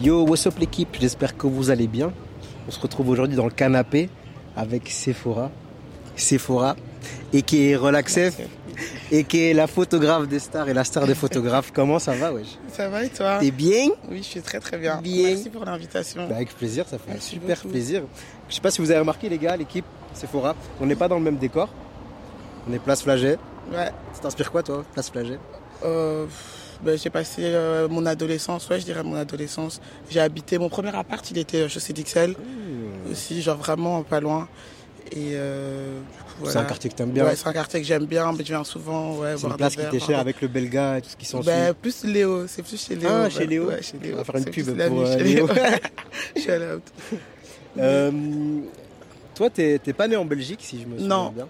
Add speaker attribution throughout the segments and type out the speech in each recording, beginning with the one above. Speaker 1: Yo, what's up l'équipe J'espère que vous allez bien. On se retrouve aujourd'hui dans le canapé avec Sephora. Sephora, et qui est Relaxef, et qui est la photographe des stars et la star des photographes. Comment ça va, wesh
Speaker 2: Ça va et toi
Speaker 1: T'es bien
Speaker 2: Oui, je suis très très bien.
Speaker 1: Bien.
Speaker 2: Merci pour l'invitation.
Speaker 1: Bah, Avec plaisir, ça fait un
Speaker 2: Ah, Merci
Speaker 1: super
Speaker 2: beaucoup.
Speaker 1: plaisir. Je sais pas si vous avez remarqué, les gars, l'équipe Sephora, on n'est pas dans le même décor. On est place Flaget.
Speaker 2: Ouais.
Speaker 1: Ça t'inspire quoi, toi, place Flaget
Speaker 2: Euh, pff, ben, j'ai passé euh, mon adolescence, ouais, je dirais mon adolescence. J'ai habité mon premier appart, il était euh, chaussée d'Ixelles,
Speaker 1: Mmh.
Speaker 2: aussi, genre vraiment pas loin. Et euh, du coup,
Speaker 1: C'est un
Speaker 2: voilà.
Speaker 1: quartier que t'aimes bien.
Speaker 2: Ouais, c'est un quartier que j'aime bien, mais je viens souvent. Ouais,
Speaker 1: c'est une
Speaker 2: boire des
Speaker 1: place qui
Speaker 2: verres,
Speaker 1: t'est
Speaker 2: boire
Speaker 1: chère
Speaker 2: des-
Speaker 1: avec le Belga et tout ce qui s'ensuit.
Speaker 2: Ben, plus Léo, c'est plus chez Léo.
Speaker 1: Ah,
Speaker 2: ouais.
Speaker 1: chez Léo.
Speaker 2: Ouais, chez Léo.
Speaker 1: On va faire une
Speaker 2: C'est
Speaker 1: pub
Speaker 2: plus la
Speaker 1: pour,
Speaker 2: vie
Speaker 1: euh,
Speaker 2: chez
Speaker 1: Léo.
Speaker 2: Shout out.
Speaker 1: Euh, toi, t'es t'es pas né en Belgique, si je me souviens
Speaker 2: Non.
Speaker 1: bien.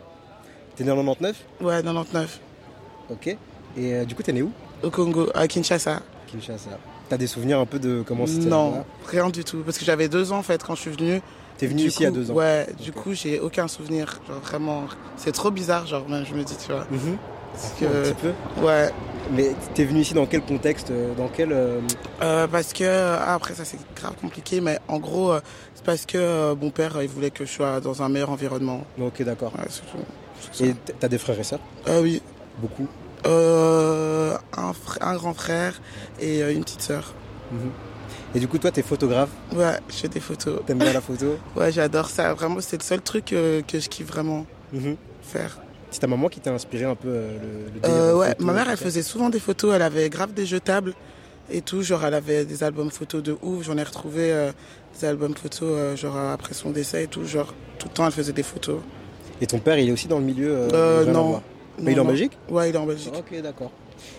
Speaker 1: T'es né en 99
Speaker 2: Ouais, 99.
Speaker 1: Ok. Et euh, du coup, t'es né où
Speaker 2: Au Congo, à Kinshasa.
Speaker 1: Kinshasa. T'as des souvenirs un peu de comment c'était
Speaker 2: Non,
Speaker 1: là-bas
Speaker 2: rien du tout. Parce que j'avais deux ans en fait quand je suis venu.
Speaker 1: T'es venu
Speaker 2: Du
Speaker 1: ici il y a
Speaker 2: coup,
Speaker 1: deux ans.
Speaker 2: Ouais, du
Speaker 1: Ok.
Speaker 2: coup, j'ai aucun souvenir. Genre vraiment, c'est trop bizarre, genre même, je me dis, tu vois.
Speaker 1: Mhm.
Speaker 2: Parce
Speaker 1: Un
Speaker 2: que,
Speaker 1: petit peu.
Speaker 2: ouais,
Speaker 1: Mais t'es venu ici dans quel contexte euh, Dans quel euh,
Speaker 2: euh, parce que, ah, après, ça c'est grave compliqué, mais en gros, euh, c'est parce que euh, mon père, euh, il voulait que je sois dans un meilleur environnement.
Speaker 1: Non, Ok, d'accord.
Speaker 2: Ouais, c'est tout. C'est ça.
Speaker 1: Et t- t'as des frères et sœurs
Speaker 2: Euh, oui,
Speaker 1: Beaucoup.
Speaker 2: euh, un, fr- un grand frère et euh, une petite sœur.
Speaker 1: Mhm. Et du coup, toi, t'es photographe.
Speaker 2: Ouais, je fais des photos.
Speaker 1: T'aimes bien la photo
Speaker 2: Ouais, j'adore ça. Vraiment, c'est le seul truc euh, que je kiffe vraiment
Speaker 1: Mhm.
Speaker 2: faire.
Speaker 1: C'est ta maman qui t'a inspiré un peu euh, le, le délire
Speaker 2: Euh,
Speaker 1: de
Speaker 2: ouais,
Speaker 1: photo,
Speaker 2: ma mère,
Speaker 1: tout
Speaker 2: elle
Speaker 1: ça
Speaker 2: faisait souvent des photos. Elle avait grave des jetables et tout. Genre, elle avait des albums photos de ouf. J'en ai retrouvé euh, des albums photos, euh, genre après son décès et tout. Genre, tout le temps, elle faisait des photos.
Speaker 1: Et ton père, il est aussi dans le milieu euh,
Speaker 2: Euh,
Speaker 1: rien à
Speaker 2: non.
Speaker 1: voir. Mais
Speaker 2: Non,
Speaker 1: il est en
Speaker 2: non.
Speaker 1: Belgique
Speaker 2: Ouais, il est en Belgique.
Speaker 1: Ok, d'accord.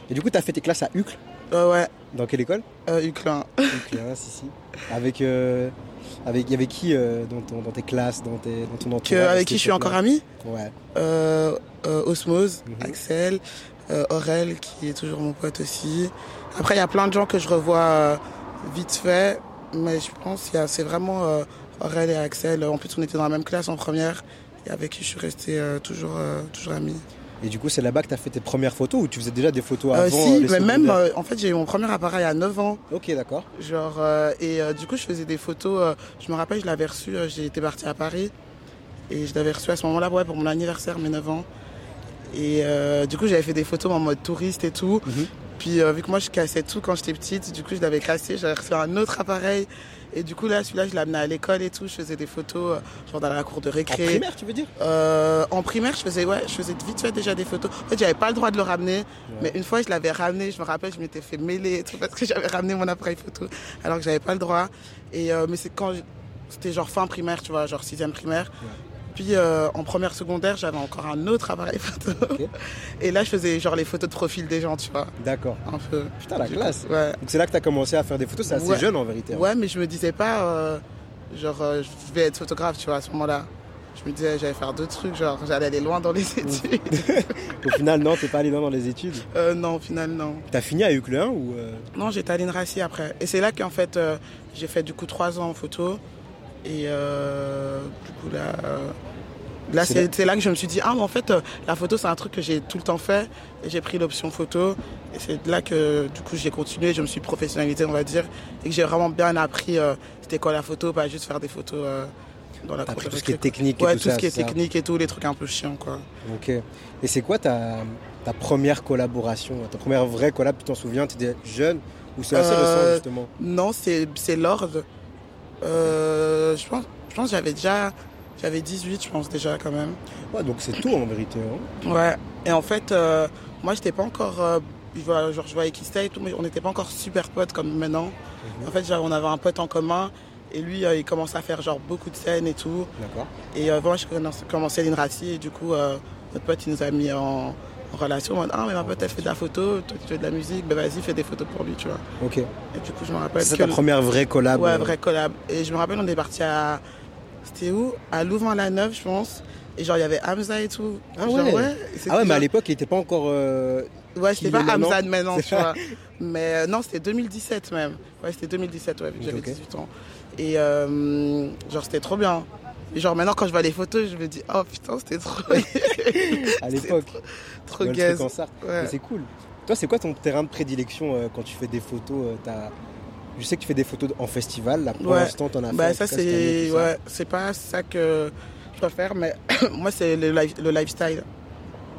Speaker 1: Et du coup, t'as fait tes classes à Uccle
Speaker 2: Euh, ouais,
Speaker 1: Dans quelle école
Speaker 2: euh, Uclin.
Speaker 1: Uccle, hein, si, si. Avec, euh, avec, il y avait qui euh, dans, ton- dans tes classes, dans, tes, dans ton entourage
Speaker 2: Que,
Speaker 1: à
Speaker 2: avec
Speaker 1: cette
Speaker 2: qui je suis encore
Speaker 1: époque-là
Speaker 2: amie
Speaker 1: Ouais.
Speaker 2: euh, euh, Osmose,
Speaker 1: Mhm.
Speaker 2: Axel, euh, Aurel, qui est toujours mon pote aussi. Après, il y a plein de gens que je revois euh, vite fait, mais je pense qu'il y a- c'est vraiment euh, Aurel et Axel. En plus, on était dans la même classe en première, et avec qui je suis restée euh, toujours, euh, toujours amie.
Speaker 1: Et du coup, c'est là-bas que t'as fait tes premières photos ou tu faisais déjà des photos avant
Speaker 2: Euh,
Speaker 1: euh,
Speaker 2: si,
Speaker 1: les
Speaker 2: mais même,
Speaker 1: secondaires
Speaker 2: euh, en fait, j'ai eu mon premier appareil à 9 ans.
Speaker 1: Ok, d'accord.
Speaker 2: Genre, euh, et euh, du coup, je faisais des photos. euh, je me rappelle, je l'avais reçu, euh, j'étais partie à Paris. Et je l'avais reçu à ce moment-là, ouais, pour mon anniversaire, mes 9 ans. Et euh, du coup, j'avais fait des photos en mode touriste et tout.
Speaker 1: Mhm.
Speaker 2: Puis, euh, vu que moi, je cassais tout quand j'étais petite, du coup, je l'avais crassé, j'avais reçu un autre appareil. Et du coup, là, celui-là, je l'amenais à l'école et tout. Je faisais des photos, euh, genre dans la cour de
Speaker 1: En
Speaker 2: récré.
Speaker 1: primaire, tu veux dire
Speaker 2: Euh, en primaire, je faisais, ouais, je faisais vite fait déjà des photos. En fait, j'avais pas le droit de le ramener, mais une fois, je l'avais ramené. Je me rappelle, je m'étais fait mêler et tout parce que j'avais ramené mon appareil photo alors que j'avais pas le droit. Et euh, mais c'est quand je- c'était genre fin primaire, tu vois, genre sixième primaire.
Speaker 1: Ouais.
Speaker 2: Puis euh, en première secondaire, j'avais encore un autre appareil photo.
Speaker 1: Ok.
Speaker 2: Et là, je faisais genre les photos de profil des gens, tu vois,
Speaker 1: D'accord.
Speaker 2: un peu.
Speaker 1: Putain, la
Speaker 2: Du
Speaker 1: classe.
Speaker 2: coup, ouais.
Speaker 1: Donc c'est là que t'as commencé à faire des photos, c'est assez
Speaker 2: Ouais.
Speaker 1: jeune en vérité. hein.
Speaker 2: Ouais, mais je me disais pas, euh, genre, euh, je vais être photographe, tu vois, à ce moment-là. Je me disais, j'allais faire d'autres trucs, genre, j'allais aller loin dans les études.
Speaker 1: Au final, non, t'es pas allé loin dans les études.
Speaker 2: Euh, non, au final, non.
Speaker 1: T'as fini à Uccle 1 ou euh,
Speaker 2: Non, j'étais à l'INRACI après. Et c'est là qu'en fait, euh, j'ai fait du coup trois ans en photo. Et euh, du coup, là, euh, là
Speaker 1: C'est
Speaker 2: c'est
Speaker 1: là-
Speaker 2: c'est là que je me suis dit, ah, mais en fait, euh, la photo, c'est un truc que j'ai tout le temps fait. Et j'ai pris l'option photo. Et c'est là que, du coup, j'ai continué, je me suis professionnalisée, on va dire. Et que j'ai vraiment bien appris euh, c'était quoi la photo, pas juste faire des photos euh, dans la
Speaker 1: T'as
Speaker 2: cour
Speaker 1: pris
Speaker 2: de
Speaker 1: tout ce qui est
Speaker 2: récré,
Speaker 1: technique
Speaker 2: quoi. Ouais,
Speaker 1: et tout,
Speaker 2: tout
Speaker 1: ça
Speaker 2: ce qui est
Speaker 1: c'est ça
Speaker 2: technique et tout, les trucs un peu chiants, quoi.
Speaker 1: Ok. Et c'est quoi ta, ta première collaboration Ta première vraie collab, tu t'en souviens T'étais jeune ou c'est assez
Speaker 2: Euh,
Speaker 1: récent justement
Speaker 2: Non, c'est c'est Lord. Euh, je pense, je pense que j'avais déjà, j'avais 18, je pense déjà quand même.
Speaker 1: Ouais, donc c'est tout en vérité. hein.
Speaker 2: Ouais. Et en fait, euh, moi, j'étais pas encore, euh, je vois- genre je voyais qui c'était et tout, mais on n'était pas encore super potes comme maintenant.
Speaker 1: Mhm.
Speaker 2: En fait, genre, on avait un pote en commun. Et lui, euh, il commençait à faire genre beaucoup de scènes et tout.
Speaker 1: D'accord.
Speaker 2: Et euh, moi, je connaissais- commençais l'INRACI et du coup, euh, notre pote, il nous a mis en, en relation. On m'a dit, ah, mais ma pote, elle fait de la photo, toi, tu fais de la musique, ben vas-y, fais des photos pour lui, tu vois.
Speaker 1: Ok.
Speaker 2: Et du coup, je me rappelle.
Speaker 1: c'est ça
Speaker 2: que
Speaker 1: ta première vraie collab
Speaker 2: Ouais,
Speaker 1: euh,
Speaker 2: vrai collab. Et je me rappelle, on est parti à. C'était où À Louvain-la-Neuve, je pense. Et genre, il y avait Hamza et tout.
Speaker 1: Ah
Speaker 2: Genre,
Speaker 1: ouais.
Speaker 2: c'était
Speaker 1: Ah ouais, mais à
Speaker 2: genre-
Speaker 1: l'époque, il était pas encore. euh,
Speaker 2: Ouais, c'était
Speaker 1: Qui
Speaker 2: pas
Speaker 1: est maintenant.
Speaker 2: Hamza de maintenant, tu vois. Mais euh, non, c'était 2017 même. Ouais, c'était 2017, ouais, vu que j'avais
Speaker 1: Ok.
Speaker 2: 18 ans. Et euh, genre, c'était trop bien. Et genre, maintenant, quand je vois les photos, je me dis, oh putain, c'était trop,
Speaker 1: à l'époque.
Speaker 2: trop
Speaker 1: dans le
Speaker 2: gaze.
Speaker 1: truc en Sarthe.
Speaker 2: Ouais.
Speaker 1: Mais C'est cool. Toi, c'est quoi ton terrain de prédilection euh, quand tu fais des photos euh, t'as- Je sais que tu fais des photos en festival. Là, pour
Speaker 2: Ouais.
Speaker 1: l'instant, t'en as
Speaker 2: Bah,
Speaker 1: fait.
Speaker 2: ça,
Speaker 1: en tout cas, cette année,
Speaker 2: c'est
Speaker 1: tout ça.
Speaker 2: ouais, c'est pas ça que je préfère, mais moi, c'est le, life- le lifestyle.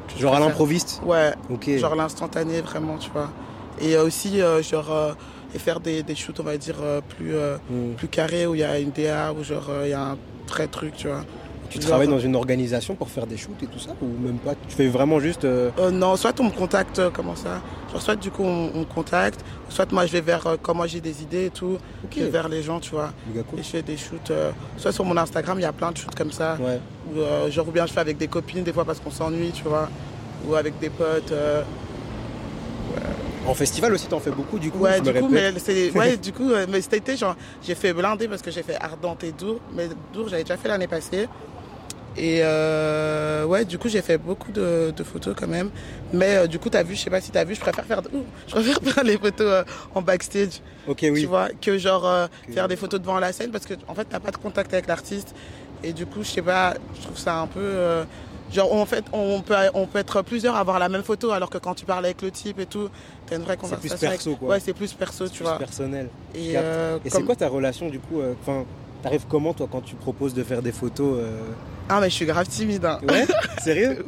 Speaker 2: que je
Speaker 1: Genre à
Speaker 2: préfère.
Speaker 1: l'improviste.
Speaker 2: Ouais,
Speaker 1: Ok.
Speaker 2: genre l'instantané, vraiment, tu vois. Et euh, aussi, euh, genre, euh, et faire des, des shoots, on va dire, euh, plus, euh,
Speaker 1: Hmm.
Speaker 2: plus carrés, où il y a une DA, où genre, euh, il y a un vrai truc, tu vois.
Speaker 1: Tu
Speaker 2: Genre-
Speaker 1: travailles dans une organisation pour faire des shoots et tout ça Ou même pas Tu fais vraiment juste. euh,
Speaker 2: Euh, non, soit on me contacte, euh, comment ça Genre, soit du coup, on, on me contacte, soit moi, je vais vers euh, comment j'ai des idées et tout,
Speaker 1: Ok.
Speaker 2: je vais vers les gens, tu vois.
Speaker 1: Méga cool.
Speaker 2: Et je fais des shoots, euh, soit sur mon Instagram, il y a plein de shoots comme ça.
Speaker 1: Ouais.
Speaker 2: Ou, euh, genre, ou bien je fais avec des copines, des fois parce qu'on s'ennuie, tu vois. Ou avec des potes. euh.
Speaker 1: En festival aussi, t'en fais beaucoup du coup.
Speaker 2: Ouais,
Speaker 1: je me
Speaker 2: du coup,
Speaker 1: répète.
Speaker 2: mais c'est- ouais, du coup, euh, mais cet été, genre, j'ai fait blindé parce que j'ai fait Ardente et Dour. Mais Dour, j'avais déjà fait l'année passée. Et euh, ouais, du coup, j'ai fait beaucoup de, de photos quand même. Mais euh, du coup, t'as vu, je sais pas si t'as vu, je préfère faire, ouh, je préfère faire les photos euh, en backstage.
Speaker 1: Ok, oui.
Speaker 2: tu vois, que genre euh,
Speaker 1: Que-
Speaker 2: faire des photos devant la scène parce que en fait t'as pas de contact avec l'artiste et du coup je sais pas, je trouve ça un peu euh, genre en fait on peut on peut être plusieurs à avoir la même photo alors que quand tu parles avec le type et tout t'as une vraie
Speaker 1: plus
Speaker 2: conversation.
Speaker 1: perso,
Speaker 2: avec...
Speaker 1: quoi.
Speaker 2: Ouais c'est plus perso tu
Speaker 1: Plus
Speaker 2: vois.
Speaker 1: personnel.
Speaker 2: Et,
Speaker 1: capte.
Speaker 2: euh,
Speaker 1: Et c'est
Speaker 2: comme-
Speaker 1: quoi ta relation du coup euh, Enfin, t'arrives comment toi quand tu proposes de faire des photos euh,
Speaker 2: Ah mais je suis grave timide. hein.
Speaker 1: Ouais Sérieux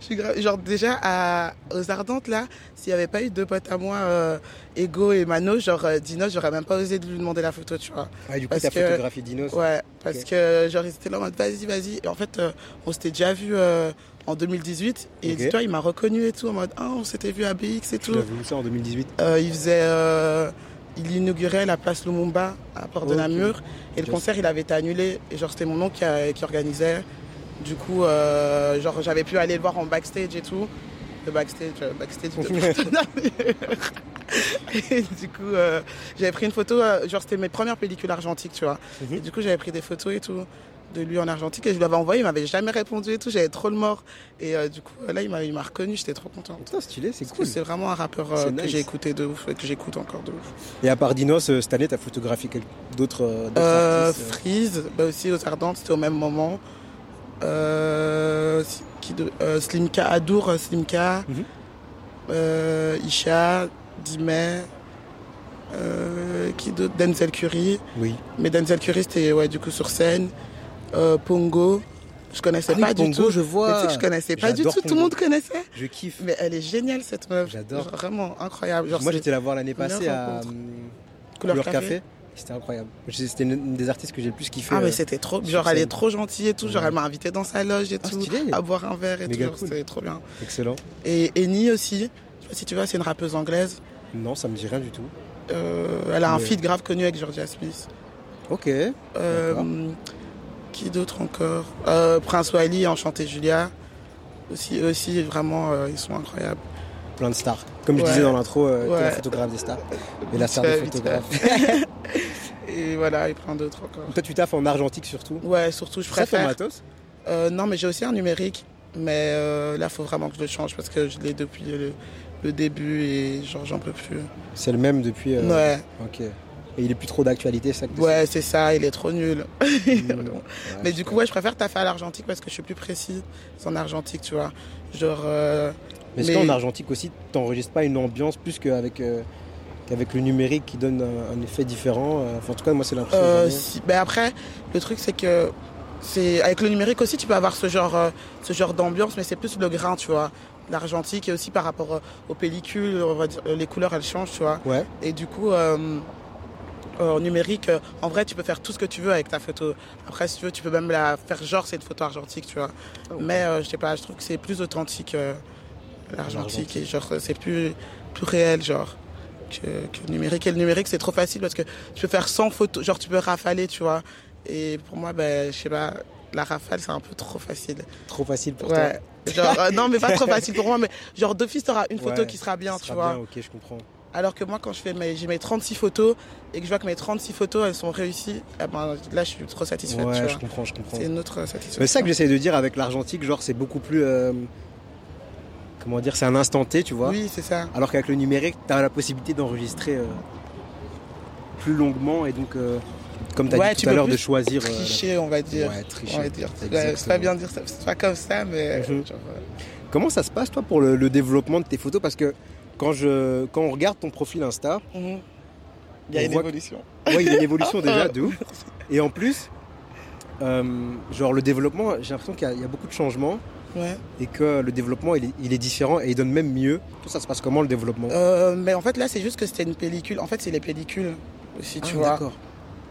Speaker 2: Je suis grave- Genre déjà à, aux Ardentes là, s'il n'y avait pas eu deux potes à moi, euh, Ego et Mano, genre euh, Dino, j'aurais même pas osé de lui demander la photo, tu vois.
Speaker 1: Ah, du coup,
Speaker 2: Parce
Speaker 1: t'as
Speaker 2: que-
Speaker 1: photographié Dinos.
Speaker 2: Ouais, parce
Speaker 1: Ok.
Speaker 2: que genre ils étaient là en mode vas-y, vas-y. Et en fait, euh, on s'était déjà vu euh, en 2018. Et
Speaker 1: Ok.
Speaker 2: dis-toi, il m'a reconnu et tout, en mode ah, on s'était vu à BX et
Speaker 1: Tu
Speaker 2: tout.
Speaker 1: l'as vu où, ça en 2018
Speaker 2: Euh, il faisait. euh, il inaugurait la place Lumumba à Port de
Speaker 1: Ok.
Speaker 2: Namur. Et le
Speaker 1: Just-
Speaker 2: concert, il avait été annulé. Et genre, c'était mon oncle qui, a- qui organisait. Du coup, euh, genre, j'avais pu aller le voir en backstage et tout. Le backstage, euh, backstage de Port de Namur. Et du coup, euh, j'avais pris une photo, euh, genre c'était mes premières pellicules argentiques, tu vois.
Speaker 1: Mhm.
Speaker 2: Et du coup, j'avais pris des photos et tout de lui en argentique et je lui avais envoyé, il m'avait jamais répondu et tout, j'avais trop le mort. Et euh, du coup, là, il m'a il m'a reconnu, j'étais trop content.
Speaker 1: Putain, stylé, c'est
Speaker 2: Parce
Speaker 1: cool.
Speaker 2: que C'est vraiment un rappeur euh,
Speaker 1: C'est
Speaker 2: que
Speaker 1: nice.
Speaker 2: j'ai écouté de ouf et que j'écoute encore de ouf.
Speaker 1: Et à part Dinos, euh, cette année, t'as photographié quel- d'autres euh, d'autres
Speaker 2: Euh,
Speaker 1: artistes, euh,
Speaker 2: Freeze, bah aussi aux Ardentes, c'était au même moment. Euh, si- qui de- euh, Slimka, Adour, euh, Slimka,
Speaker 1: Mhm.
Speaker 2: euh, Isha, Dimet, euh, qui d'autre Denzel Curry.
Speaker 1: euh, Oui.
Speaker 2: Mais Denzel Curry, c'était ouais, du coup sur scène. Euh, Pongo, je connaissais
Speaker 1: Ah oui,
Speaker 2: pas du
Speaker 1: Pongo,
Speaker 2: tout.
Speaker 1: je
Speaker 2: Mais tu
Speaker 1: vois.
Speaker 2: sais que je connaissais pas du tout,
Speaker 1: J'adore
Speaker 2: tout le
Speaker 1: Pongo.
Speaker 2: monde connaissait.
Speaker 1: Je kiffe.
Speaker 2: Mais elle est géniale cette meuf.
Speaker 1: J'adore.
Speaker 2: Genre, Vraiment incroyable. Genre,
Speaker 1: Moi,
Speaker 2: c'est
Speaker 1: j'étais la voir l'année
Speaker 2: Couleur
Speaker 1: passée à
Speaker 2: rencontre.
Speaker 1: hum,
Speaker 2: couleur
Speaker 1: Couleur Café. C'était incroyable. Je- C'était une- une des artistes que j'ai le plus kiffé.
Speaker 2: Ah,
Speaker 1: euh,
Speaker 2: mais c'était trop.
Speaker 1: sur
Speaker 2: Genre, elle est
Speaker 1: scène.
Speaker 2: trop gentille et tout. Genre, elle m'a invité dans sa loge et
Speaker 1: Ah,
Speaker 2: tout.
Speaker 1: stylé.
Speaker 2: À boire un verre et
Speaker 1: Méga
Speaker 2: tout. Genre,
Speaker 1: cool.
Speaker 2: C'était trop bien.
Speaker 1: Excellent.
Speaker 2: Et Annie aussi. Je sais pas si tu vois, c'est une rappeuse anglaise.
Speaker 1: Non, ça me dit rien du tout.
Speaker 2: Euh, elle a un
Speaker 1: Mais-
Speaker 2: feat grave connu avec Georgia Smith.
Speaker 1: Ok.
Speaker 2: Euh,
Speaker 1: D'accord.
Speaker 2: qui d'autre encore Euh, Prince Wally, Enchanté Julia. Aussi, eux aussi vraiment, euh, ils sont incroyables.
Speaker 1: Plein de stars. Comme
Speaker 2: Ouais.
Speaker 1: je disais dans l'intro, euh, t'es
Speaker 2: Ouais.
Speaker 1: la photographe des stars. Et la star
Speaker 2: Vite
Speaker 1: des
Speaker 2: fait, vite
Speaker 1: photographes.
Speaker 2: Et voilà, et plein d'autres encore.
Speaker 1: Toi, tu taffes en argentique surtout.
Speaker 2: Ouais, surtout, je
Speaker 1: C'est ça ton
Speaker 2: préfère.
Speaker 1: matos
Speaker 2: Euh, non, mais j'ai aussi un numérique. Mais euh, là, faut vraiment que je le change parce que je l'ai depuis le, le début et genre, j'en peux plus.
Speaker 1: C'est le même depuis. euh,
Speaker 2: Ouais,
Speaker 1: Ok. Et il est plus trop d'actualité, ça que tu
Speaker 2: ouais, c'est ça, il est trop nul.
Speaker 1: sais.
Speaker 2: mais du coup, Mmh. ouais, je préfère taffer à l'argentique parce que je suis plus précis en argentique, tu vois. Genre, euh,
Speaker 1: Mais est-ce
Speaker 2: mais-
Speaker 1: qu'en argentique aussi, t'enregistres pas une ambiance plus qu'avec euh, qu'avec le numérique qui donne un, un effet différent euh, Enfin, en tout cas, moi, c'est l'impression. que
Speaker 2: Euh,
Speaker 1: j'en ai.
Speaker 2: si- ben après, le truc c'est que c'est avec le numérique aussi, tu peux avoir ce genre, euh, ce genre d'ambiance, mais c'est plus le grain, tu vois. L'argentique et aussi par rapport euh, aux pellicules, on va dire, euh, les couleurs elles changent, tu vois.
Speaker 1: Ouais.
Speaker 2: Et du coup, euh, euh, en numérique, euh, en vrai, tu peux faire tout ce que tu veux avec ta photo. Après, si tu veux, tu peux même la faire genre c'est une photo argentique, tu vois.
Speaker 1: ouais.
Speaker 2: Mais euh, je sais pas, je trouve que c'est plus authentique euh, l'argentique
Speaker 1: L'argentique.
Speaker 2: et genre euh, c'est plus, plus réel, genre que, que le numérique. Et le numérique, c'est trop facile parce que tu peux faire 100 photos, genre tu peux rafaler, tu vois. Et pour moi, ben, je sais pas, la rafale, c'est un peu trop facile.
Speaker 1: Trop facile pour toi.
Speaker 2: Ouais. Genre, euh, non, mais pas trop facile pour moi, mais genre d'office, t'auras une photo
Speaker 1: Ouais,
Speaker 2: qui sera bien,
Speaker 1: Ça
Speaker 2: tu
Speaker 1: sera
Speaker 2: vois.
Speaker 1: bien, ok, je comprends.
Speaker 2: Alors que moi, quand je fais mes, j'ai mes 36 photos et que je vois que mes 36 photos, elles sont réussies, eh ben, là, je suis trop satisfaite, tu
Speaker 1: Ouais, je
Speaker 2: vois.
Speaker 1: comprends, je comprends.
Speaker 2: C'est
Speaker 1: Mais
Speaker 2: une autre euh, satisfaction.
Speaker 1: c'est ça que j'essaie de dire avec l'argentique, genre, c'est beaucoup plus. euh, comment dire C'est un instant T, tu vois.
Speaker 2: Oui, c'est ça.
Speaker 1: Alors qu'avec le numérique, t'as la possibilité d'enregistrer euh, plus longuement et donc, euh, comme t'as
Speaker 2: Ouais,
Speaker 1: dit
Speaker 2: tu
Speaker 1: tout à
Speaker 2: peux
Speaker 1: l'heure, de
Speaker 2: plus
Speaker 1: choisir. euh,
Speaker 2: Tricher, on va dire.
Speaker 1: Ouais,
Speaker 2: on va
Speaker 1: tricher.
Speaker 2: dire. Ouais,
Speaker 1: Exactement.
Speaker 2: c'est pas bien de dire ça, c'est pas comme ça, mais.
Speaker 1: Mhm.
Speaker 2: genre, euh,
Speaker 1: Comment ça se passe toi pour le, le développement de tes photos Parce que quand, je, quand on regarde ton profil Insta,
Speaker 2: euh, mhm. Il y a
Speaker 1: on
Speaker 2: une
Speaker 1: voit-
Speaker 2: évolution.
Speaker 1: Ouais, il y a une évolution déjà, de ouf. Et en plus, euh, genre le développement, j'ai l'impression qu'il y a- il y, a beaucoup de changements
Speaker 2: Ouais.
Speaker 1: et que le développement, il est, il est différent et il donne même mieux. Tout ça se passe comment le développement
Speaker 2: Euh, mais en fait, là, c'est juste que c'était une pellicule. En fait, c'est les pellicules aussi, tu
Speaker 1: Ah,
Speaker 2: vois,
Speaker 1: D'accord.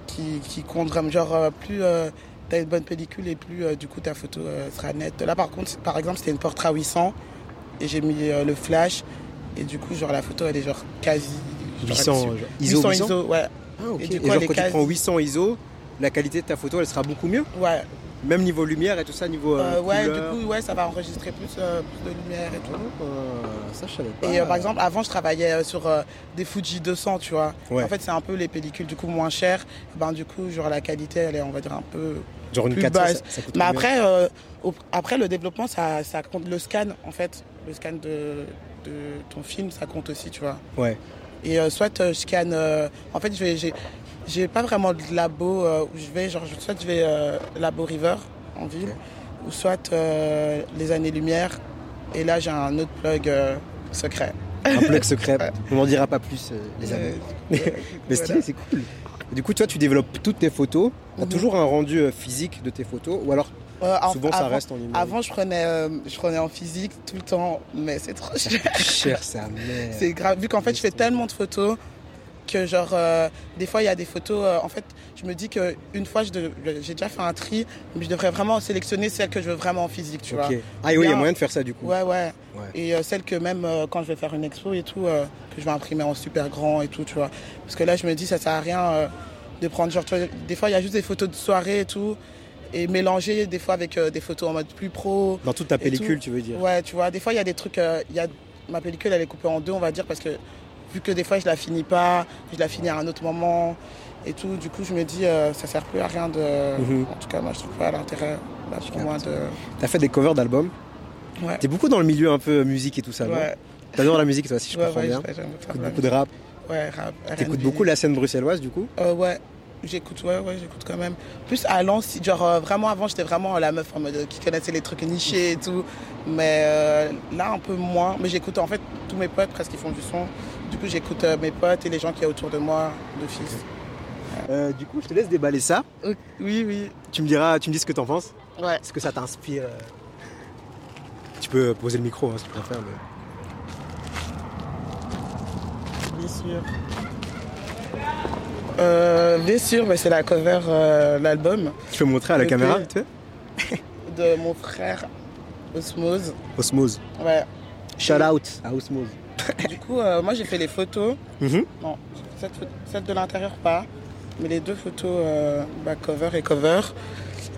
Speaker 2: qui, qui comptent vraiment. Genre, euh, plus euh, t'as une bonne pellicule et plus, euh, du coup, ta photo euh, sera nette. Là, par contre, c'est- par exemple, c'était une portrait à 800 et j'ai mis euh, le flash. Et du coup, genre, la photo, elle est genre quasi. genre,
Speaker 1: 800,
Speaker 2: elle
Speaker 1: genre,
Speaker 2: est-
Speaker 1: ISO,
Speaker 2: 800,
Speaker 1: 800.
Speaker 2: ISO, ouais.
Speaker 1: Ah, ok.
Speaker 2: Et
Speaker 1: Et,
Speaker 2: du coup, elle
Speaker 1: genre
Speaker 2: est
Speaker 1: quand tu
Speaker 2: quasi-
Speaker 1: prends 800 ISO, la qualité de ta photo, elle sera beaucoup mieux.
Speaker 2: Ouais,
Speaker 1: Même niveau lumière et tout ça, niveau. euh,
Speaker 2: Euh, ouais du
Speaker 1: couleur.
Speaker 2: coup, ouais, ça va enregistrer plus, euh, plus de lumière et tout.
Speaker 1: Ah, ça, je savais pas.
Speaker 2: Et euh, par exemple, avant, je travaillais euh, sur euh, des Fuji 200, tu vois.
Speaker 1: Ouais.
Speaker 2: En fait, c'est un peu les pellicules du coup moins chères. Ben, du coup, genre la qualité, elle est, on va dire, un peu.
Speaker 1: genre une
Speaker 2: plus
Speaker 1: 400,
Speaker 2: basse.
Speaker 1: ça, ça coûte
Speaker 2: Mais
Speaker 1: combien
Speaker 2: après, euh, au- après le développement, ça, ça compte. Le scan, en fait, le scan de, de ton film, ça compte aussi, tu vois.
Speaker 1: Ouais.
Speaker 2: Et euh, soit euh, je scanne. euh, en fait, je vais- j'ai j'ai pas vraiment de labo euh, où je vais. Genre, je- soit je vais euh, labo River en ville, ou soit euh, les années lumière. Et là, j'ai un autre plug euh, secret.
Speaker 1: Un plug secret. On n'en dira pas plus, euh, les amis. Mais stylé,
Speaker 2: Voilà.
Speaker 1: c'est cool. Du coup, toi, tu développes toutes tes photos. Tu as
Speaker 2: Mhm.
Speaker 1: toujours un rendu euh, physique de tes photos ou alors
Speaker 2: Euh, en-
Speaker 1: souvent ça
Speaker 2: avant-
Speaker 1: reste en numérique
Speaker 2: Avant, je prenais, euh, je prenais en physique tout le temps, mais c'est trop cher.
Speaker 1: Cher, sa mère.
Speaker 2: C'est grave, vu qu'en fait, je fais tellement de photos que, genre, euh, des fois, il y a des photos. euh, en fait, je me dis qu'une fois, je dev- j'ai déjà fait un tri, mais je devrais vraiment sélectionner celles que je veux vraiment en physique, tu
Speaker 1: Ok.
Speaker 2: vois.
Speaker 1: Ah oui, il y a
Speaker 2: Bien.
Speaker 1: moyen de faire ça du coup.
Speaker 2: Ouais, ouais.
Speaker 1: Ouais.
Speaker 2: Et euh, celles que même euh, quand je vais faire une expo et tout, euh, que je vais imprimer en super grand et tout, tu vois. Parce que là, je me dis, ça sert à rien euh, de prendre, genre, tu vois, des fois, il y a juste des photos de soirée et tout, et mélanger des fois avec euh, des photos en mode plus pro.
Speaker 1: Dans toute ta
Speaker 2: tout.
Speaker 1: pellicule, tu veux dire.
Speaker 2: Ouais, tu vois, des fois, il y a des trucs. euh, il y a... Ma pellicule, elle est coupée en deux, on va dire, parce que vu que des fois, je la finis pas, je la finis à un autre moment et tout, du coup, je me dis, euh, ça sert plus à rien de.
Speaker 1: Mhm.
Speaker 2: En tout cas, moi, je trouve pas l'intérêt, là, pour
Speaker 1: capte.
Speaker 2: moi, de.
Speaker 1: T'as fait des covers d'albums.
Speaker 2: Ouais.
Speaker 1: T'es beaucoup dans le milieu un peu euh, musique et tout ça. non
Speaker 2: Ouais,
Speaker 1: T'adores la musique toi, si je
Speaker 2: ouais,
Speaker 1: comprends
Speaker 2: ouais,
Speaker 1: bien.
Speaker 2: j'aime- j'aime faire
Speaker 1: T'écoutes
Speaker 2: la
Speaker 1: beaucoup de rap.
Speaker 2: Ouais, rap.
Speaker 1: T'écoutes
Speaker 2: R&B.
Speaker 1: beaucoup la scène bruxelloise du coup.
Speaker 2: Euh, ouais, j'écoute, ouais, ouais, j'écoute quand même. Plus à Lens, genre euh, vraiment avant, j'étais vraiment la meuf en mode euh, qui connaissait les trucs nichés et tout. Mais euh, là, un peu moins. Mais j'écoute en fait tous mes potes presque ils font du son. Du coup, j'écoute euh, mes potes et les gens qui sont autour de moi, de fils.
Speaker 1: Euh, du coup, je te laisse déballer ça.
Speaker 2: Oui, oui.
Speaker 1: Tu me diras, tu me dis ce que t'en penses.
Speaker 2: Ouais.
Speaker 1: Est-ce que ça t'inspire euh Tu peux poser le micro hein, si tu préfères. mais-
Speaker 2: Bien sûr. Euh, bien sûr, mais c'est la cover, euh, l'album
Speaker 1: Tu peux me montrer à la
Speaker 2: Ok.
Speaker 1: caméra, tu sais
Speaker 2: de mon frère Osmose.
Speaker 1: Osmose.
Speaker 2: Ouais.
Speaker 1: Shout out à Osmose.
Speaker 2: Du coup, euh, moi j'ai fait les photos.
Speaker 1: Mhm.
Speaker 2: Non, cette, pho- celle de l'intérieur pas, mais les deux photos euh, bah, cover et cover.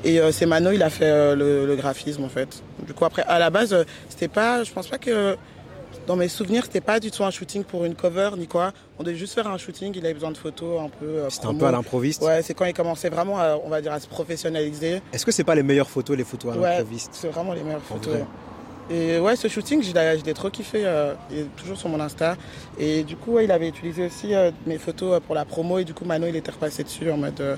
Speaker 2: Et euh, c'est Mano, il a fait euh, le, le graphisme en fait. Du coup après, à la base, euh, c'était pas, je pense pas que dans mes souvenirs, c'était pas du tout un shooting pour une cover ni quoi. On devait juste faire un shooting. Il avait besoin de photos un peu. euh,
Speaker 1: C'était un
Speaker 2: promo.
Speaker 1: peu à l'improviste.
Speaker 2: Ouais, c'est quand il commençait vraiment, à, on va dire, à se professionnaliser.
Speaker 1: Est-ce que c'est pas les meilleures photos, les photos à
Speaker 2: Ouais.
Speaker 1: l'improviste
Speaker 2: C'est vraiment les meilleures photos.
Speaker 1: vrai.
Speaker 2: Et ouais, ce shooting, je l'ai je l'ai trop kiffé. euh, il est toujours sur mon Insta. Et du coup, ouais, il avait utilisé aussi euh, mes photos euh, pour la promo. Et du coup, Mano, il était repassé dessus en mode euh,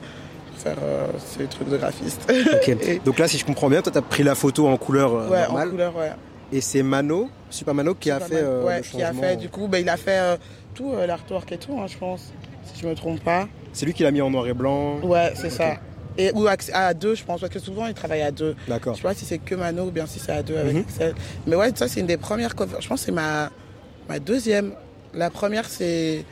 Speaker 2: faire euh, ces trucs de graphiste.
Speaker 1: Ok.
Speaker 2: Et-
Speaker 1: Donc là, si je comprends bien, toi, t'as pris la photo en couleur euh,
Speaker 2: ouais,
Speaker 1: normale.
Speaker 2: en couleur, ouais.
Speaker 1: Et c'est Mano, Super Mano, qui a
Speaker 2: Pas
Speaker 1: fait
Speaker 2: mal.
Speaker 1: euh,
Speaker 2: ouais,
Speaker 1: le
Speaker 2: qui a
Speaker 1: changement.
Speaker 2: fait, du coup, ben, il a fait euh, tout euh, l'artwork et tout, hein, je pense, si je me trompe pas.
Speaker 1: C'est lui qui l'a mis en noir et blanc.
Speaker 2: Ouais, c'est ça. Et ou à, à deux, je pense, parce que souvent, il travaille à deux. Je
Speaker 1: D'accord.
Speaker 2: sais pas si c'est que Mano ou bien si c'est à deux avec
Speaker 1: Mhm.
Speaker 2: Axel. Mais ouais, ça c'est une des premières covers. Je pense que c'est ma, ma deuxième. La première c'est.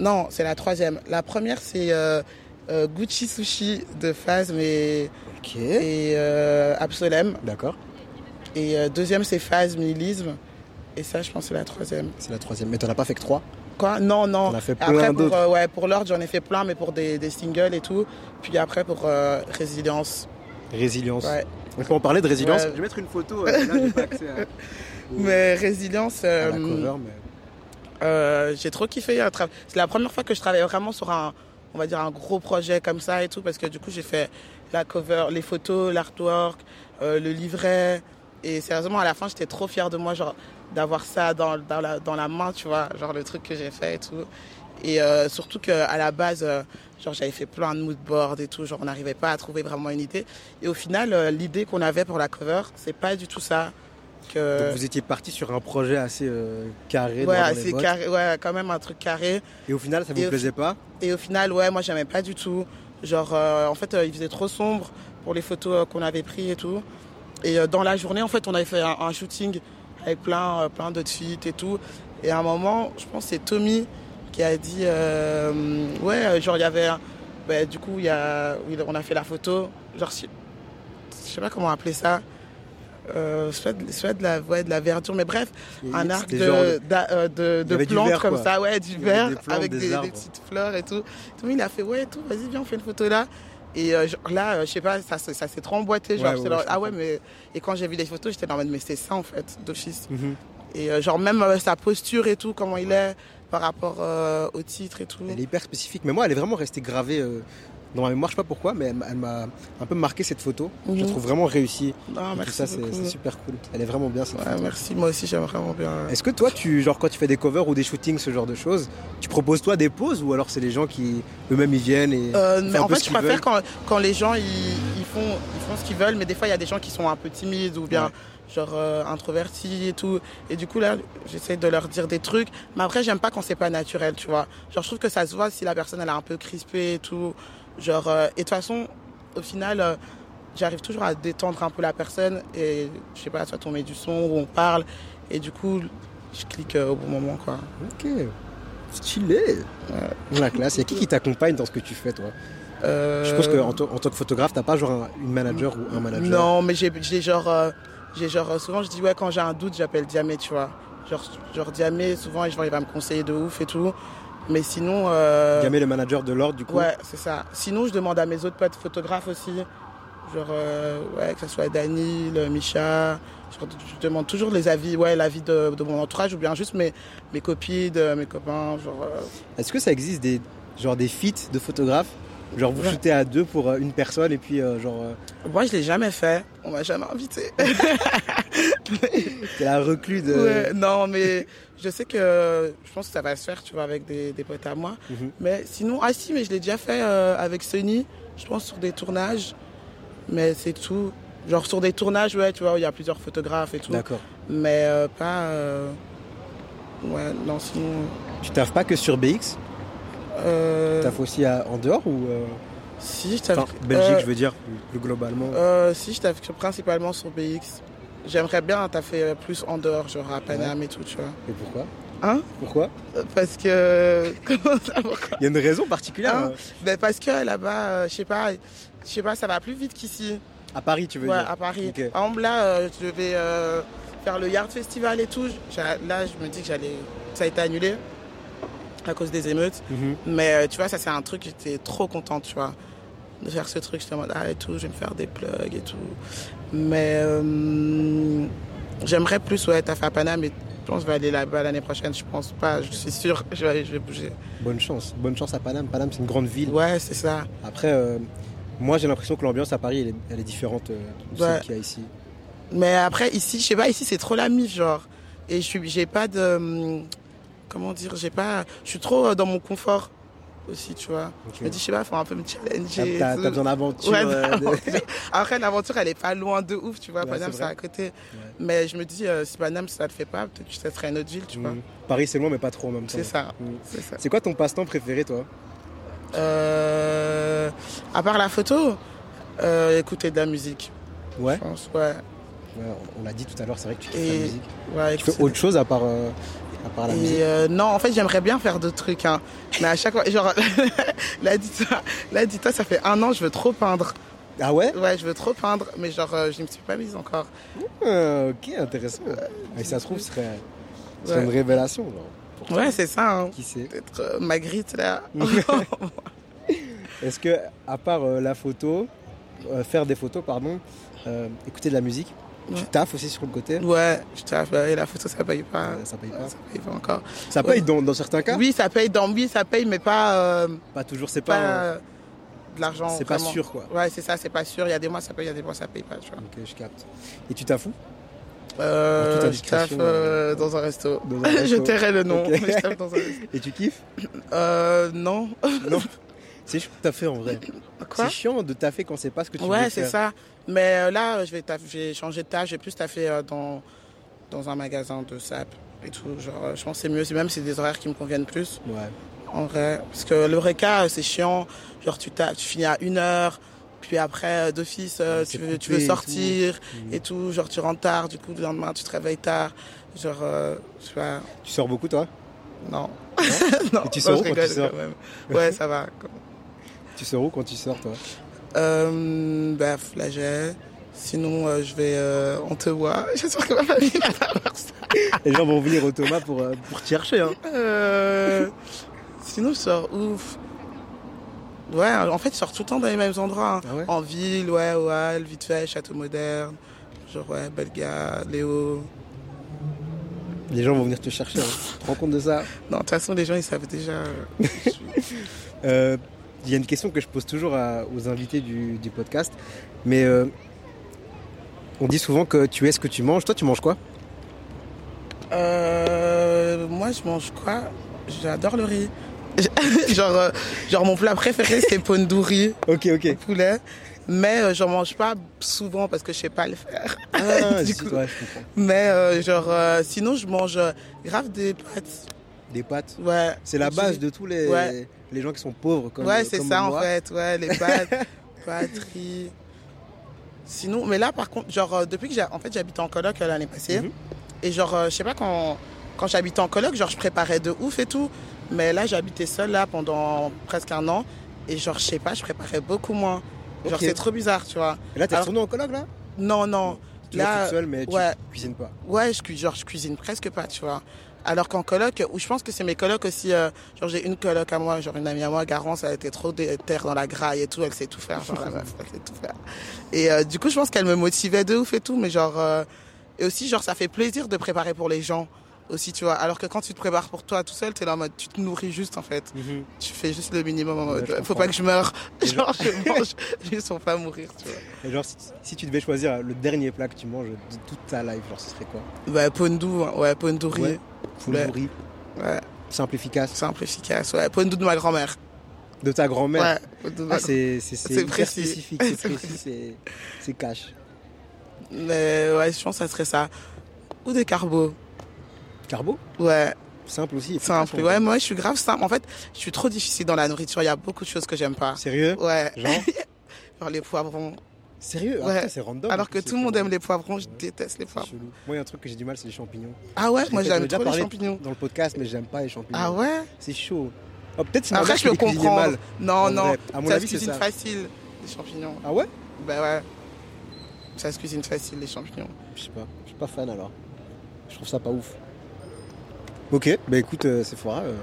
Speaker 2: Non, c'est la troisième. La première c'est euh, euh, Gucci Sushi de Phasm et,
Speaker 1: Ok.
Speaker 2: et euh, Absolem.
Speaker 1: D'accord.
Speaker 2: Et euh, deuxième c'est Phasm, Nihilisme. Et ça, je pense que c'est la troisième.
Speaker 1: C'est la troisième. Mais t'en as pas fait que trois.
Speaker 2: Quoi Non, non.
Speaker 1: T'en as fait plein
Speaker 2: après, pour,
Speaker 1: d'autres.
Speaker 2: euh, ouais, pour l'ordre, j'en ai fait plein, mais pour des, des singles et tout. Puis après, pour euh, Résilience.
Speaker 1: Résilience.
Speaker 2: Ouais.
Speaker 1: Donc, on parlait de résilience.
Speaker 2: Ouais.
Speaker 1: Je vais mettre une photo. euh, là, j'ai pas accès à, au-
Speaker 2: Mais Résilience.
Speaker 1: à la
Speaker 2: euh,
Speaker 1: cover, mais-
Speaker 2: Euh, j'ai trop kiffé. euh, tra- C'est la première fois que je travaille vraiment sur un, on va dire un gros projet comme ça et tout, parce que du coup j'ai fait la cover, les photos, l'artwork, euh, le livret. Et sérieusement, à la fin, j'étais trop fière de moi, genre d'avoir ça dans, dans, la, dans la main, tu vois, genre le truc que j'ai fait et tout. Et euh, surtout qu'à la base, euh, genre j'avais fait plein de moodboards et tout, genre on n'arrivait pas à trouver vraiment une idée. Et au final, euh, l'idée qu'on avait pour la cover, c'est pas du tout ça. que-
Speaker 1: Donc vous étiez parti sur un projet assez euh, carré.
Speaker 2: ouais,
Speaker 1: droit dans les
Speaker 2: assez
Speaker 1: bottes.
Speaker 2: carré, ouais, quand même un truc carré.
Speaker 1: Et au final, ça
Speaker 2: Et
Speaker 1: vous
Speaker 2: au
Speaker 1: plaisait pas
Speaker 2: Et au final, ouais, moi j'aimais pas du tout. Genre, euh, en fait, euh, il faisait trop sombre pour les photos euh, qu'on avait prises et tout. Et euh, dans la journée, en fait, on avait fait un, un shooting avec plein, euh, plein d'autres filles et tout. Et à un moment, je pense que c'est Tommy qui a dit, euh, ouais, euh, genre, il y avait, un- ben, du coup, il y a, il- on a fait la photo. Genre, je je sais pas comment appeler ça. Euh, soit de, soit de la, ouais, de la verdure, mais bref,
Speaker 1: Et
Speaker 2: un arc
Speaker 1: c'était genre
Speaker 2: de, d'a- euh, de, de
Speaker 1: avait du
Speaker 2: plantes
Speaker 1: vert,
Speaker 2: comme
Speaker 1: quoi.
Speaker 2: ça, ouais, du
Speaker 1: Il y avait
Speaker 2: vert,
Speaker 1: des plantes,
Speaker 2: avec
Speaker 1: des
Speaker 2: des, des
Speaker 1: arbres.
Speaker 2: petites fleurs et tout. Tout le monde, il a fait, ouais, tout, vas-y, viens, on fait une photo là. Et euh, genre, là, euh, je sais pas, ça, se- ça s'est trop emboîté. Genre,
Speaker 1: Ouais,
Speaker 2: j'étais
Speaker 1: ouais,
Speaker 2: là,
Speaker 1: je
Speaker 2: ah
Speaker 1: comprends.
Speaker 2: ouais, mais. Et quand j'ai vu les photos, j'étais là en mode, mais c'est ça en fait, d'office.
Speaker 1: Mhm.
Speaker 2: Et euh, genre, même euh, sa posture et tout, comment il est par rapport euh, au titre et tout.
Speaker 1: Elle est hyper spécifique, mais moi, elle est vraiment restée gravée euh, dans ma mémoire. Je sais pas pourquoi, mais elle, m'a- elle m'a un peu marqué cette photo. Je la
Speaker 2: Mhm.
Speaker 1: trouve vraiment réussie.
Speaker 2: Non,
Speaker 1: Et
Speaker 2: Ah, merci.
Speaker 1: tout ça, c'est
Speaker 2: beaucoup.
Speaker 1: c'est super cool. Elle est vraiment bien cette
Speaker 2: Ouais,
Speaker 1: photo.
Speaker 2: merci, moi aussi, j'aime vraiment bien. euh,
Speaker 1: Est-ce que toi, tu, genre, quand tu fais des covers ou des shootings, ce genre de choses, tu proposes toi des poses ou alors c'est les gens qui eux-mêmes ils viennent et
Speaker 2: Euh,
Speaker 1: font
Speaker 2: mais
Speaker 1: un
Speaker 2: en
Speaker 1: peu
Speaker 2: fait,
Speaker 1: ce
Speaker 2: je
Speaker 1: qu'ils
Speaker 2: préfère
Speaker 1: veulent
Speaker 2: quand, quand les gens ils, ils font, ils font ce qu'ils veulent, mais des fois il y a des gens qui sont un peu timides ou bien
Speaker 1: Ouais.
Speaker 2: genre euh, introvertis et tout. Et du coup, là, j'essaie de leur dire des trucs, mais après, j'aime pas quand c'est pas naturel, tu vois. Genre, je trouve que ça se voit si la personne elle est un peu crispée et tout. Genre, euh, et de toute façon, au final, euh, j'arrive toujours à détendre un peu la personne et je sais pas, soit on met du son ou on parle, et du coup, je clique euh, au bon moment, quoi.
Speaker 1: Ok, stylé. La classe. Et qui qui t'accompagne dans ce que tu fais, toi
Speaker 2: Euh,
Speaker 1: Je pense qu'en en tant que photographe, t'as pas genre un- une manager ou un manager.
Speaker 2: Non, mais j'ai j'ai genre, euh, j'ai genre euh, souvent je dis ouais quand j'ai un doute j'appelle Diamé, tu vois. Genre, genre Diamé souvent il genre, il va me conseiller de ouf et tout. Mais sinon, euh,
Speaker 1: Gamé, le manager de l'ordre, du coup.
Speaker 2: ouais c'est ça. Sinon je demande à mes autres potes photographes aussi. Genre euh, ouais que ce soit Daniel, euh, Micha. Genre, je demande toujours les avis, ouais l'avis de, de mon entourage ou bien juste mes mes copines, euh, mes copains, genre. euh,
Speaker 1: Est-ce que ça existe des genre des feats de photographes Genre vous
Speaker 2: Ouais.
Speaker 1: shootez à deux pour euh, une personne et puis euh, genre euh,
Speaker 2: Moi je l'ai jamais fait, on m'a jamais invité.
Speaker 1: t'es la recluse de.
Speaker 2: Ouais, non, mais je sais que euh, je pense que ça va se faire, tu vois, avec des, des potes à moi.
Speaker 1: Mhm.
Speaker 2: Mais sinon, ah si, mais je l'ai déjà fait euh, avec Sony, je pense, sur des tournages. Mais c'est tout. Genre sur des tournages, ouais, tu vois, où il y a plusieurs photographes et tout.
Speaker 1: D'accord.
Speaker 2: Mais euh, pas. euh, Ouais, non, sinon.
Speaker 1: Tu taffes pas que sur BX
Speaker 2: euh,
Speaker 1: Taffes aussi à- en dehors ou euh,
Speaker 2: Si, je
Speaker 1: enfin,
Speaker 2: t'avoue-
Speaker 1: Belgique,
Speaker 2: euh,
Speaker 1: je veux dire plus- plus globalement.
Speaker 2: Euh, si, je t'avoue que principalement sur BX. J'aimerais bien hein, fait euh, plus en dehors, genre à Paname et tout, tu vois.
Speaker 1: Et pourquoi
Speaker 2: Hein
Speaker 1: Pourquoi
Speaker 2: Euh, Parce que. Comment ça pourquoi
Speaker 1: Il y a une raison particulière.
Speaker 2: Ah.
Speaker 1: hein.
Speaker 2: Ben parce que là-bas, euh, je sais pas, je sais pas, ça va plus vite qu'ici.
Speaker 1: À Paris, tu veux
Speaker 2: Ouais,
Speaker 1: dire
Speaker 2: à Paris.
Speaker 1: Ok.
Speaker 2: Par exemple, là, euh, je devais euh, faire le Yard Festival et tout. J'a- Là, je me dis que j'allais, ça a été annulé à cause des émeutes.
Speaker 1: Mhm.
Speaker 2: Mais euh, tu vois, ça c'est un truc, j'étais trop contente, tu vois, de faire ce truc. J'étais en mode ah et tout, je vais me faire des plugs et tout. Mais euh, j'aimerais plus ouais, t'as fait à Paname, mais je pense que je vais aller là-bas l'année prochaine. Je pense pas, je suis sûre, je vais, je vais bouger.
Speaker 1: Bonne chance. Bonne chance à Paname. Paname, c'est une grande ville.
Speaker 2: Ouais, c'est ça.
Speaker 1: Après, euh, moi, j'ai l'impression que l'ambiance à Paris, elle est, elle est différente euh, de
Speaker 2: Ouais.
Speaker 1: celle qu'il y a ici.
Speaker 2: Mais après, ici, je sais pas, ici, c'est trop la mif, genre. Et je suis, j'ai pas de. hum, Comment dire, j'ai pas. Je suis trop euh, dans mon confort aussi, tu vois.
Speaker 1: Ok.
Speaker 2: Je me dis, je sais pas, faut un peu me challenger.
Speaker 1: euh, T'as
Speaker 2: et
Speaker 1: t'as-
Speaker 2: tout.
Speaker 1: t'as besoin d'aventure.
Speaker 2: Ouais,
Speaker 1: euh, de-
Speaker 2: d'aventure. Après, l'aventure, elle est pas loin de ouf, tu vois.
Speaker 1: Ouais,
Speaker 2: Paname,
Speaker 1: c'est
Speaker 2: c'est
Speaker 1: vrai.
Speaker 2: à côté. Mais je me dis, euh, si Paname, ça le fait pas, peut-être que ça serait une autre ville, tu vois.
Speaker 1: Mm. Paris, c'est loin, mais pas trop en même temps.
Speaker 2: C'est ça.
Speaker 1: Mm.
Speaker 2: C'est ça.
Speaker 1: C'est quoi ton passe-temps préféré, toi
Speaker 2: Euh, à part la photo, euh, écouter de la musique.
Speaker 1: Ouais.
Speaker 2: Je pense, ouais.
Speaker 1: on- On l'a dit tout à l'heure, c'est vrai que tu kiffes
Speaker 2: Et-
Speaker 1: la musique.
Speaker 2: ouais
Speaker 1: Tu fais
Speaker 2: écouter-
Speaker 1: autre chose à part, euh, à part la musique
Speaker 2: Et euh, non, en fait, j'aimerais bien faire d'autres trucs. Hein. Mais à chaque fois, genre, là, dis-toi, là, dis-toi, ça fait un an, je veux trop peindre.
Speaker 1: Ah ouais
Speaker 2: Ouais, je veux trop peindre, mais genre, euh, je ne me suis pas mise encore.
Speaker 1: Ah, Ok, intéressant. Ah, et ça se trouve, ce serait, ce serait
Speaker 2: Euh, Ouais.
Speaker 1: une révélation. genre, pour toi.
Speaker 2: Ouais, c'est ça. Hein.
Speaker 1: Qui sait
Speaker 2: Peut-être euh, Magritte, là.
Speaker 1: Est-ce que, à part euh, la photo, euh, faire des photos, pardon, euh, écouter de la musique, tu
Speaker 2: Ouais.
Speaker 1: taffes aussi sur le côté
Speaker 2: ouais, je t'ai avoué, la photo, ça paye pas.
Speaker 1: Euh, Ça paye
Speaker 2: Ouais,
Speaker 1: pas.
Speaker 2: Ça paye pas encore.
Speaker 1: Ça
Speaker 2: Ouais.
Speaker 1: paye dans, dans certains cas
Speaker 2: Oui, ça paye dans oui, ça paye, mais pas, euh,
Speaker 1: Pas toujours, c'est
Speaker 2: pas
Speaker 1: pas,
Speaker 2: euh, de l'argent.
Speaker 1: c'est pas
Speaker 2: vraiment.
Speaker 1: sûr quoi.
Speaker 2: Ouais, c'est ça, c'est pas sûr. Il y a des mois, ça paye, il y a des mois, ça paye pas, tu vois.
Speaker 1: Ok, je capte. Et tu t'affous En toute
Speaker 2: Euh, je
Speaker 1: indiscrétion,
Speaker 2: taffe euh, dans un resto.
Speaker 1: Dans un
Speaker 2: je
Speaker 1: resto.
Speaker 2: tairai le nom,
Speaker 1: Ok.
Speaker 2: mais je taffe dans un resto.
Speaker 1: Et tu kiffes
Speaker 2: Euh, non.
Speaker 1: Non C'est chiant de taffer en vrai. C'est chiant de taffer quand Ah, c'est pas ce que tu veux
Speaker 2: Ouais, c'est
Speaker 1: faire.
Speaker 2: ça. Mais euh, là, euh, je vais, taff- je vais changer de taf, j'ai plus taffé euh, dans, dans un magasin de sap et tout. Genre, euh, je pense que c'est mieux, c'est même si c'est des horaires qui me conviennent plus.
Speaker 1: Ouais.
Speaker 2: En vrai. Parce que le réca, euh, c'est chiant. Genre, tu, t'as- tu finis à une heure. Puis après, euh, d'office, euh,
Speaker 1: Ouais, c'est
Speaker 2: tu, veux, tu
Speaker 1: coupé
Speaker 2: veux
Speaker 1: et
Speaker 2: sortir
Speaker 1: tout. Mm.
Speaker 2: et tout. Genre, tu rentres tard. Du coup, le lendemain, tu te réveilles tard. Genre, euh, je sais pas.
Speaker 1: Tu sors beaucoup, toi
Speaker 2: Non. non,
Speaker 1: Et tu
Speaker 2: non,
Speaker 1: sors où
Speaker 2: je
Speaker 1: quand tu
Speaker 2: rigole
Speaker 1: sors
Speaker 2: quand même. Ouais, ça va.
Speaker 1: Tu sors où quand tu sors, toi
Speaker 2: Euh, bah, flagelle. Sinon, euh, je vais. euh, on te voit. J'espère que ma famille n'a pas voir ça.
Speaker 1: Les gens vont venir au Thomas pour, euh, pour te chercher. Hein.
Speaker 2: Euh, sinon, je sors ouf. Ouais, en fait, je sors tout le temps dans les mêmes endroits. hein.
Speaker 1: Ah ouais
Speaker 2: En ville, ouais, ouais, vite fait, château moderne. Genre, ouais, Belga, Léo.
Speaker 1: Les gens vont venir te chercher. hein. Tu te rends compte de ça
Speaker 2: Non, de toute façon, les gens, ils savent déjà. euh, je suis-
Speaker 1: Euh, Il y a une question que je pose toujours à- aux invités du, du podcast. Mais euh, on dit souvent que tu es ce que tu manges. Toi, tu manges quoi
Speaker 2: Euh, moi, je mange quoi J'adore le riz. genre, euh, genre, mon plat préféré, c'est pondouri,
Speaker 1: Ok, ok.
Speaker 2: poulet. Mais euh, j'en mange pas souvent parce que je sais pas le faire.
Speaker 1: Ah,
Speaker 2: Du
Speaker 1: si,
Speaker 2: coup-
Speaker 1: ouais, je comprends.
Speaker 2: Mais euh, genre, euh, sinon, je mange euh, grave des pâtes.
Speaker 1: Des pâtes.
Speaker 2: Ouais.
Speaker 1: C'est la base de tous les,
Speaker 2: Ouais.
Speaker 1: les gens qui sont pauvres. Comme,
Speaker 2: ouais, c'est
Speaker 1: comme
Speaker 2: ça
Speaker 1: moi.
Speaker 2: en fait. Ouais, les pâtes, pâtes, riz. Sinon, mais là par contre, genre euh, depuis que j'ai, en fait, j'habite en coloc euh, l'année passée,
Speaker 1: Mhm.
Speaker 2: et genre, euh, je sais pas quand, quand j'habitais en coloc, genre je préparais de ouf et tout, mais là j'habitais seule là pendant presque un an, et genre je sais pas, je préparais beaucoup moins. Genre
Speaker 1: Ok.
Speaker 2: c'est trop bizarre, tu vois.
Speaker 1: Et là, t'es
Speaker 2: Alors-
Speaker 1: retourné en colloque, là
Speaker 2: Non, non.
Speaker 1: Tu là,
Speaker 2: Là,
Speaker 1: toute seule, mais tu
Speaker 2: ouais.
Speaker 1: cuisines pas.
Speaker 2: Ouais, je, cu- genre, je cuisine presque pas, tu vois. Alors qu'en coloc, ou je pense que c'est mes colocs aussi, euh, genre j'ai une coloc à moi, genre une amie à moi, Garance, elle était trop terre dans la graille et tout, elle sait tout faire, genre la meuf, elle sait tout faire. Et euh, du coup, je pense qu'elle me motivait de ouf et tout, mais genre, euh, et aussi, genre, ça fait plaisir de préparer pour les gens aussi, tu vois. Alors que quand tu te prépares pour toi tout seul, t'es là en mode, tu te nourris juste en fait. Tu fais juste le minimum en
Speaker 1: Ouais,
Speaker 2: mode,
Speaker 1: je
Speaker 2: faut
Speaker 1: comprends.
Speaker 2: pas que je meure,
Speaker 1: Et
Speaker 2: genre, je mange juste pour pas mourir, tu vois.
Speaker 1: Et genre, si, si tu devais choisir le dernier plat que tu manges de toute ta life, genre, ce serait quoi
Speaker 2: Bah, pondou, hein, ouais, pondouri,
Speaker 1: Ouais.
Speaker 2: Poulet.
Speaker 1: Poulet.
Speaker 2: ouais,
Speaker 1: Simple, efficace.
Speaker 2: simple, efficace, ouais, pondou de ma grand-mère.
Speaker 1: De ta grand-mère.
Speaker 2: Ouais, au
Speaker 1: Ah,
Speaker 2: Dubaï.
Speaker 1: c'est c'est- c'est
Speaker 2: C'est
Speaker 1: hyper
Speaker 2: précis.
Speaker 1: spécifique, c'est
Speaker 2: C'est
Speaker 1: précis, c'est- c'est cash.
Speaker 2: Mais ouais, je pense que ça serait ça. Ou des carbos.
Speaker 1: Carbo
Speaker 2: Ouais,
Speaker 1: Simple aussi.
Speaker 2: simple. Ouais, moi, je suis grave simple. En fait, je suis trop difficile dans la nourriture. Il y a beaucoup de choses que j'aime pas.
Speaker 1: Sérieux
Speaker 2: Ouais,
Speaker 1: Genre
Speaker 2: genre les poivrons.
Speaker 1: Sérieux Ah,
Speaker 2: Ouais.
Speaker 1: putain, C'est random.
Speaker 2: Alors
Speaker 1: en
Speaker 2: que
Speaker 1: plus,
Speaker 2: tout
Speaker 1: c'est
Speaker 2: le monde aime
Speaker 1: chelou.
Speaker 2: les poivrons, je
Speaker 1: Ouais.
Speaker 2: déteste les poivrons.
Speaker 1: Chelou. Moi, il y a un truc que j'ai du mal, c'est les champignons.
Speaker 2: Ah ouais, moi,
Speaker 1: J'ai
Speaker 2: j'aime
Speaker 1: déjà
Speaker 2: trop les
Speaker 1: parlé Mm.
Speaker 2: champignons.
Speaker 1: Dans le podcast, mais j'aime pas les champignons.
Speaker 2: Ah ouais
Speaker 1: C'est chaud. Oh, Peut-être c'est ma
Speaker 2: Après,
Speaker 1: mère
Speaker 2: je
Speaker 1: qui
Speaker 2: peux
Speaker 1: les cuisinait
Speaker 2: comprendre.
Speaker 1: mal, en
Speaker 2: Non, non.
Speaker 1: vrai. À mon
Speaker 2: Ça se
Speaker 1: avis, c'est
Speaker 2: cuisine
Speaker 1: ça.
Speaker 2: facile, les champignons.
Speaker 1: Ah ouais
Speaker 2: Bah ouais. Ça se cuisine facile, les champignons.
Speaker 1: Je sais pas. Je suis pas fan alors. Je trouve ça pas ouf. Ok, bah écoute, euh, c'est foireux. euh.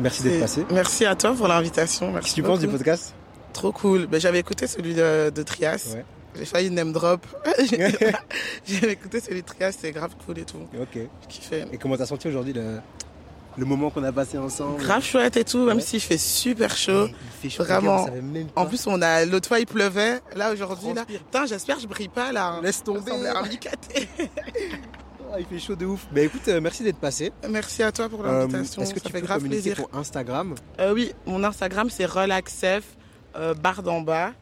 Speaker 1: Merci d'être
Speaker 2: Et
Speaker 1: passé.
Speaker 2: Merci à toi pour l'invitation. Merci
Speaker 1: Qu'est-ce que tu penses du
Speaker 2: beaucoup.
Speaker 1: podcast
Speaker 2: Trop cool. Ben, j'avais écouté celui de, de Trias.
Speaker 1: Ouais.
Speaker 2: J'ai failli name drop. j'avais écouté celui de Trias, c'était grave cool et tout.
Speaker 1: Ok.
Speaker 2: Je kiffais.
Speaker 1: Et comment t'as senti aujourd'hui le, le moment qu'on a passé ensemble
Speaker 2: Grave chouette et tout, même
Speaker 1: Ouais.
Speaker 2: s'il fait super chaud.
Speaker 1: Mais Il fait chaud,
Speaker 2: Vraiment.
Speaker 1: les gars, on savait même pas.
Speaker 2: En plus, on a l'autre fois, il pleuvait. Là, aujourd'hui, là.
Speaker 1: Transpire.
Speaker 2: Putain, j'espère que je brille pas, là. hein.
Speaker 1: laisse
Speaker 2: Ça
Speaker 1: tomber.
Speaker 2: ressemble à un micaté.
Speaker 1: Ah, il fait chaud de ouf. Bah écoute, euh, merci d'être passé.
Speaker 2: Merci à toi pour
Speaker 1: Euh,
Speaker 2: l'invitation.
Speaker 1: Est-ce que
Speaker 2: Ça
Speaker 1: tu
Speaker 2: fait
Speaker 1: peux
Speaker 2: grave
Speaker 1: communiquer
Speaker 2: plaisir.
Speaker 1: pour Instagram
Speaker 2: Euh, oui, mon Instagram, c'est relaxef, euh, barre d'en bas.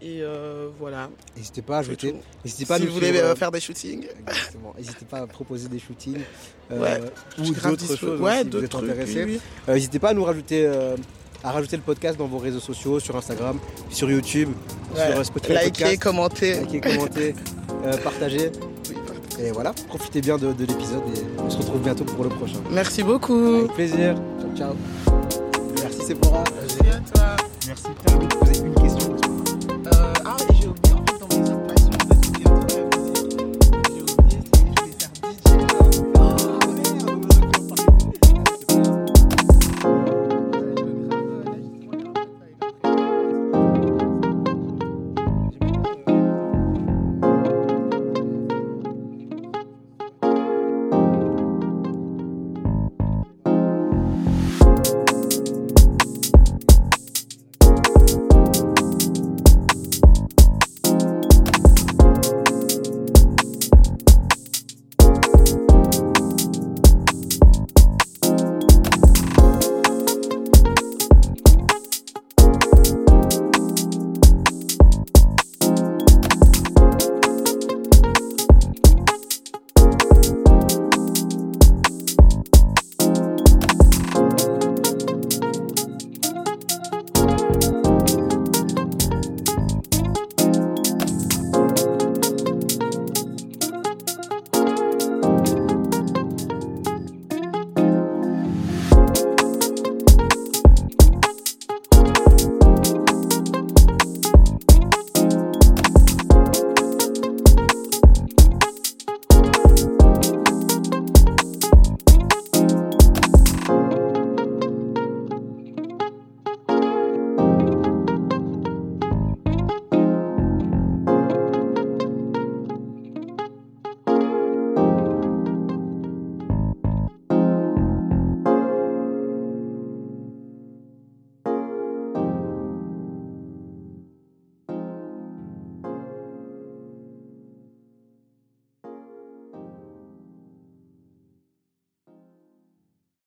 Speaker 2: Et euh, voilà.
Speaker 1: N'hésitez pas à
Speaker 2: c'est
Speaker 1: ajouter.
Speaker 2: tout.
Speaker 1: N'hésitez pas à
Speaker 2: Si
Speaker 1: nous
Speaker 2: vous voulez
Speaker 1: suivre,
Speaker 2: euh,
Speaker 1: euh,
Speaker 2: faire des shootings.
Speaker 1: Exactement. N'hésitez pas à proposer des shootings
Speaker 2: Ouais,
Speaker 1: euh,
Speaker 2: je
Speaker 1: ou
Speaker 2: suis grave
Speaker 1: d'autres
Speaker 2: dispo.
Speaker 1: choses hein,
Speaker 2: Ouais,
Speaker 1: si vous
Speaker 2: d'autres
Speaker 1: êtes
Speaker 2: trucs,
Speaker 1: intéressé.
Speaker 2: oui, oui.
Speaker 1: Euh, N'hésitez pas à nous rajouter, euh, à rajouter le podcast dans vos réseaux sociaux, sur Instagram, sur YouTube,
Speaker 2: Ouais.
Speaker 1: sur euh, Spotify.
Speaker 2: Likez,
Speaker 1: Podcast.
Speaker 2: commentez.
Speaker 1: Likez, commentez, euh, partagez. Et voilà, profitez bien de, de l'épisode et on se retrouve bientôt pour le prochain.
Speaker 2: Merci beaucoup.
Speaker 1: Avec plaisir. Ciao, ciao. Merci Sephora.
Speaker 2: Merci à toi.
Speaker 1: Merci Pierre. Vous avez une question